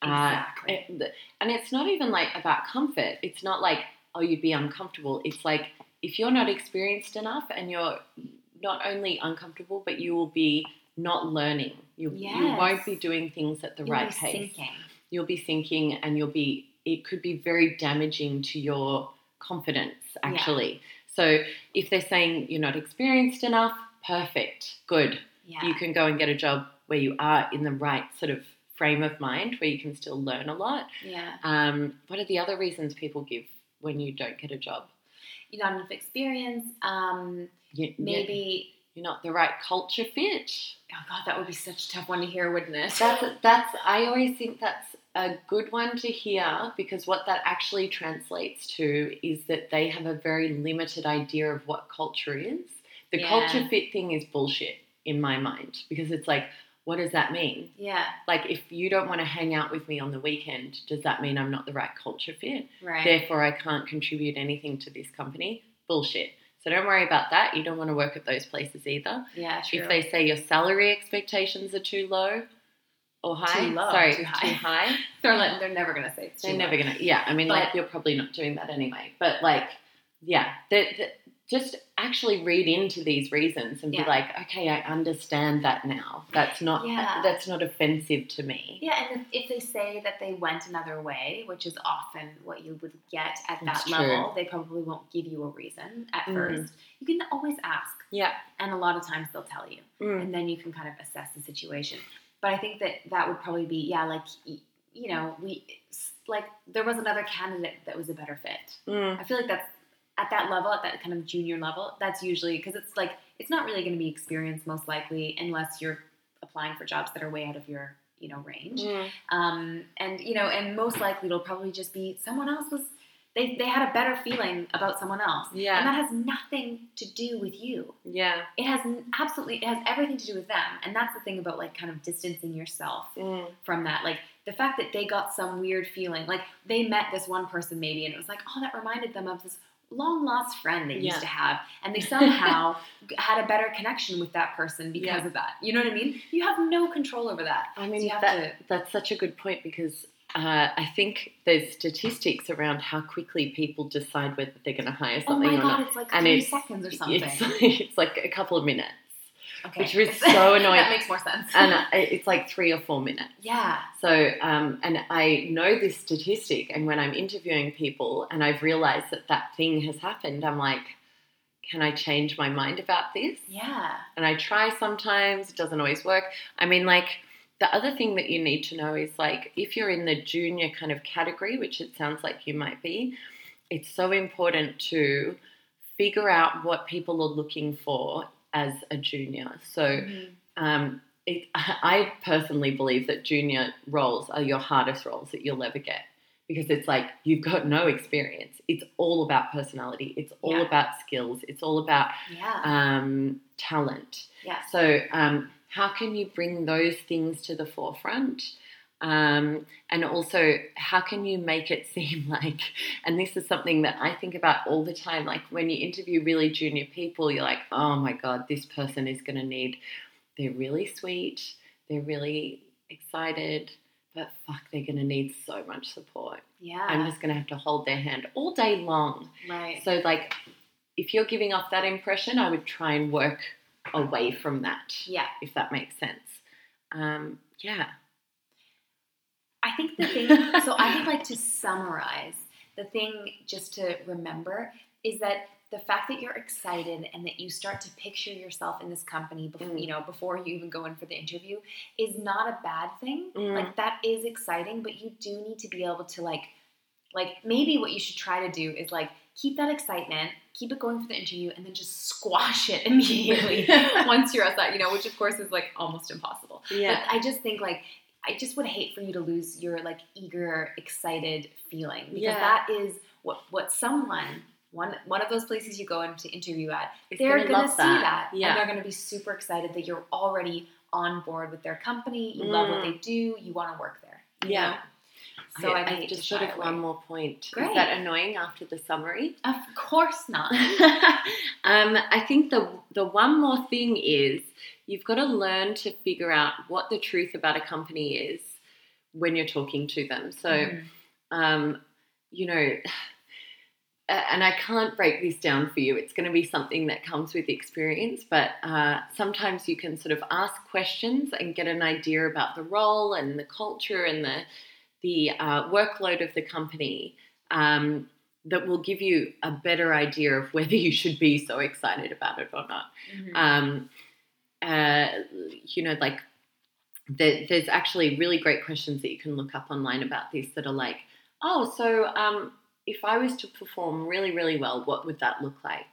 Uh, Exactly. and it's not even like about comfort. It's not like, oh, you'd be uncomfortable. It's like if you're not experienced enough and you're not only uncomfortable, but you will be not learning. You, you Yes. won't be doing things at the You'll right be pace sinking. you'll be thinking and you'll be it could be very damaging to your confidence Yeah. actually so if they're saying you're not experienced enough perfect good Yeah. you can go and get a job where you are in the right sort of frame of mind where you can still learn a lot yeah. um, what are the other reasons people give when you don't get a job You're not enough experience. Um, You- maybe. you're not the right culture fit Oh God, that would be such a tough one to hear, wouldn't it? that's that's i always think that's a good one to hear because what that actually translates to is that they have a very limited idea of what culture is the Yeah. culture fit thing is bullshit in my mind because it's like what does that mean yeah. like if you don't want to hang out with me on the weekend does that mean i'm not the right culture fit Right. therefore i can't contribute anything to this company bullshit so don't worry about that you don't want to work at those places either yeah. True. if they say your salary expectations are too low or high, Too low, sorry, too high. they're they're like like they're never gonna say it's they're never gonna. Yeah, I mean, like But- you're probably not doing that anyway. But like, yeah, that that- just actually read into these reasons and Yeah. be like, okay, I understand that now. That's not Yeah. that's not offensive to me. Yeah, and if, if they say that they went another way, which is often what you would get at That's that level, they probably won't give you a reason at Mhm. first. You can always ask, Yeah. and a lot of times they'll tell you, Mm-hmm. and then you can kind of assess the situation. But I think that that would probably be yeah, like y- you know, we like there was another candidate that was a better fit. I feel like that's at that level, at that kind of junior level, that's usually because it's like it's not really going to be experience most likely unless you're applying for jobs that are way out of your you know range. Um, and you know, and most likely it'll probably just be someone else was they they had a better feeling about someone else, and Yeah. that has nothing to do with you. Yeah. It has n- absolutely it has everything to do with them, and that's the thing about like kind of distancing yourself Mm. from that. Like the fact that they got some weird feeling, like they met this one person maybe, and it was like, oh, that reminded them of this long lost friend they Yeah. used to have, and they somehow g- had a better connection with that person because Yeah. of that. You know what I mean? You have no control over that. I So mean, you have that, to. That's such a good point because uh, I think there's statistics around how quickly people decide whether they're going to hire Oh something my or not. god, it's like and three it's- seconds or something. It's, it's like a couple of minutes, okay. which was so annoying. that makes more sense. and I- it's like three or four minutes. yeah, So, um, and I know this statistic, and when I'm interviewing people and I've realized that that thing has happened, I'm like, can I change my mind about this? yeah, and I try sometimes. It doesn't always work. I mean, like the other thing that you need to know is like if you're in the junior kind of category, which it sounds like you might be, it's so important to figure out what people are looking for as a junior. So Mhm. um, it, I personally believe that junior roles are your hardest roles that you'll ever get because it's like you've got no experience. It's all about personality. It's all Yeah. about skills. It's all about yeah, um, talent. yeah. So, um, how can you bring those things to the forefront? Um, and also, how can you make it seem like, and this is something that I think about all the time, like when you interview really junior people, you're like, oh my God, this person is going to need, they're really sweet, they're really excited, but fuck, they're going to need so much support. Yeah, I'm just going to have to hold their hand all day long. right. So, like, if you're giving off that impression, I would try and work away from that, yeah, if that makes sense. Um, yeah. I think the thing, so I would like to summarize the thing just to remember is that the fact that you're excited and that you start to picture yourself in this company, before, Mm. you know, before you even go in for the interview is not a bad thing. Mm. Like that is exciting, but you do need to be able to like, like maybe what you should try to do is like keep that excitement, keep it going for the interview and then just squash it immediately once you're outside, you know, which of course is like almost impossible. yeah. But I just think like I just would hate for you to lose your like eager, excited feeling because Yeah. that is what what someone one one of those places you go in to interview at they're gonna, love see that, Yeah. and they're gonna be super excited that you're already on board with their company. You love what they do. You want to work there. you Mm. Yeah. know? So I, I need just to shy thought of away. one more point. Great. Is that annoying after the summary? Of course not. um, I think the the one more thing is you've got to learn to figure out what the truth about a company is when you're talking to them. So, Mm. um, you know, a- and I can't break this down for you. It's going to be something that comes with experience, but uh, sometimes you can sort of ask questions and get an idea about the role and the culture and the the uh, workload of the company um, that will give you a better idea of whether you should be so excited about it or not Mhm. um, uh, you know, like the, there's actually really great questions that you can look up online about this that are like, oh, so um, if I was to perform really, really well, what would that look like?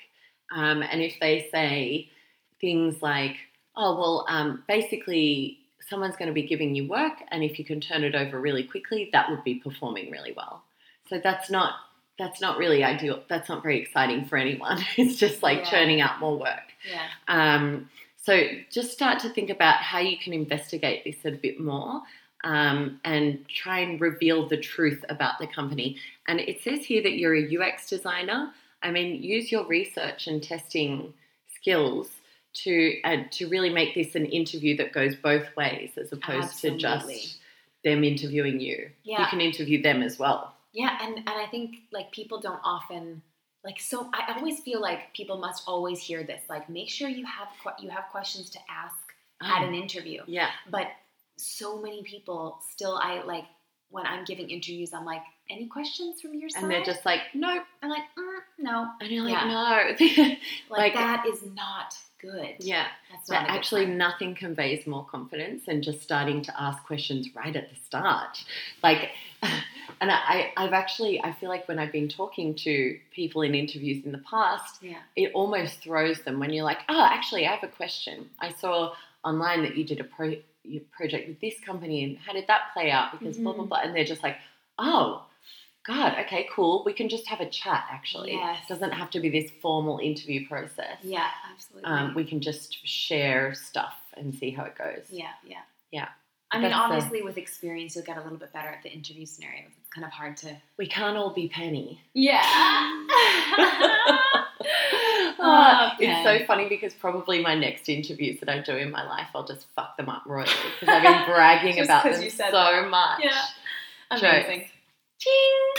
Um, and if they say things like, oh, well, um, basically, someone's going to be giving you work, and if you can turn it over really quickly, that would be performing really well. So that's not that's not really ideal. That's not very exciting for anyone. It's just like Yeah. churning out more work. yeah. Um, so just start to think about how you can investigate this a bit more um, and try and reveal the truth about the company. And it says here that you're a UX designer. I mean, use your research and testing skills to uh, to really make this an interview that goes both ways, as opposed to Absolutely. just them interviewing you. You Yeah. can interview them as well. Yeah, and and I think like people don't often like so I always feel like people must always hear this like make sure you have que- you have questions to ask at Mm. an interview. yeah. But so many people still I like when I'm giving interviews I'm like any questions from your side? And they're just like, nope. I'm like mm, no And you're like, no. Like- like, that is not good. yeah. that's not But a good actually, sign. nothing conveys more confidence than just starting to ask questions right at the start. Like, and I, I've actually, I feel like when I've been talking to people in interviews in the past, yeah it almost throws them when you're like, oh, actually, I have a question. I saw online that you did a pro- your project with this company, and how did that play out? Because blah, blah, Mhm. blah. And they're just like, oh, God, okay, cool. We can just have a chat, actually. Yes. It doesn't have to be this formal interview process yeah absolutely um, we can just share stuff and see how it goes. yeah yeah Yeah. I mean That's the- obviously with experience you'll get a little bit better at the interview scenarios. It's kind of hard to We can't all be Penny. yeah. Ah, Oh, Okay. It's so funny because probably my next interviews that I do in my life, I'll just fuck them up royally because I've been bragging Just about 'cause them you said so much. Yeah. Jokes. Amazing. Ching!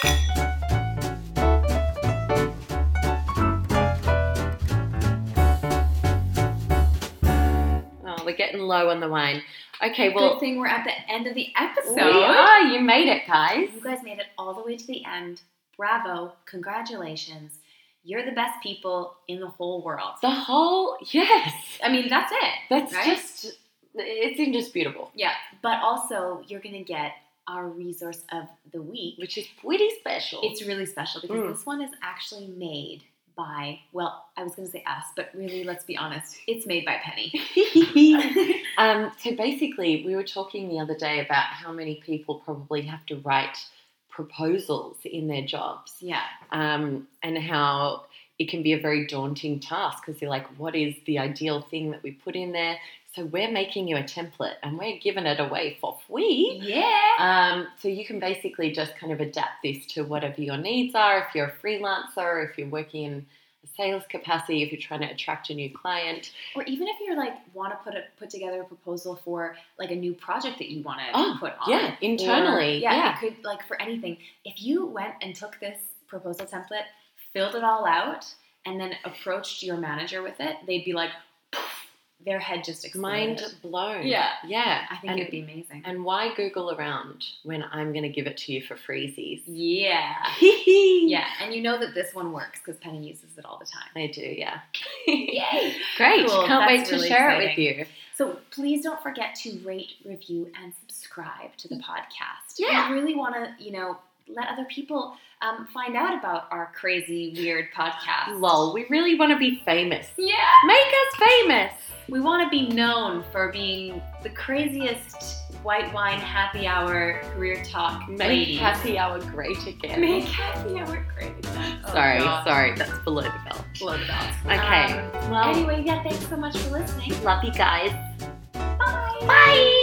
Oh, we're getting low on the wine. Okay, Good well, thing we're at the end of the we episode. are. You made it, guys. You guys made it all the way to the end. Bravo. Congratulations. You're the best people in the whole world. The whole, yes. I mean, that's it. That's Right? just, it's indisputable, Yeah. But also, you're going to get our resource of the week. which is pretty special. It's really special because Mm. this one is actually made by, well, I was going to say us, but really, let's be honest, it's made by Penny. um, so basically, we were talking the other day about how many people probably have to write proposals in their jobs yeah. um, and how it can be a very daunting task because you're like, what is the ideal thing that we put in there? So we're making you a template and we're giving it away for free. Yeah. Um, so you can basically just kind of adapt this to whatever your needs are. If you're a freelancer, if you're working in a sales capacity, if you're trying to attract a new client. Or even if you're like want to put a put together a proposal for like a new project that you want to Oh, put on. Yeah, internally. Or- yeah. yeah, It could like for anything. If you went and took this proposal template, filled it all out, and then approached your manager with it, they'd be like, their head just exploded. Mind blown. Yeah. Yeah. I think and, it'd be amazing. and why Google around when I'm going to give it to you for freezies? yeah. yeah. Yeah, and you know that this one works because Penny uses it all the time. I do, yeah. Yay! Great. Cool, Can't wait that's to really share it with exciting. you. So please don't forget to rate, review, and subscribe to the podcast. Yeah. We really want to, you know, let other people um, find out about our crazy, weird podcast. Lol, we really want to be famous. Yeah. Make us famous. We want to be known for being the craziest white wine happy hour career talk Make ladies. happy hour great again. Make happy hour great. Oh, sorry, God. sorry, that's below the belt. Blow the bells. Okay. Um, Well, anyway, yeah, thanks so much for listening. love you guys. Bye. Bye.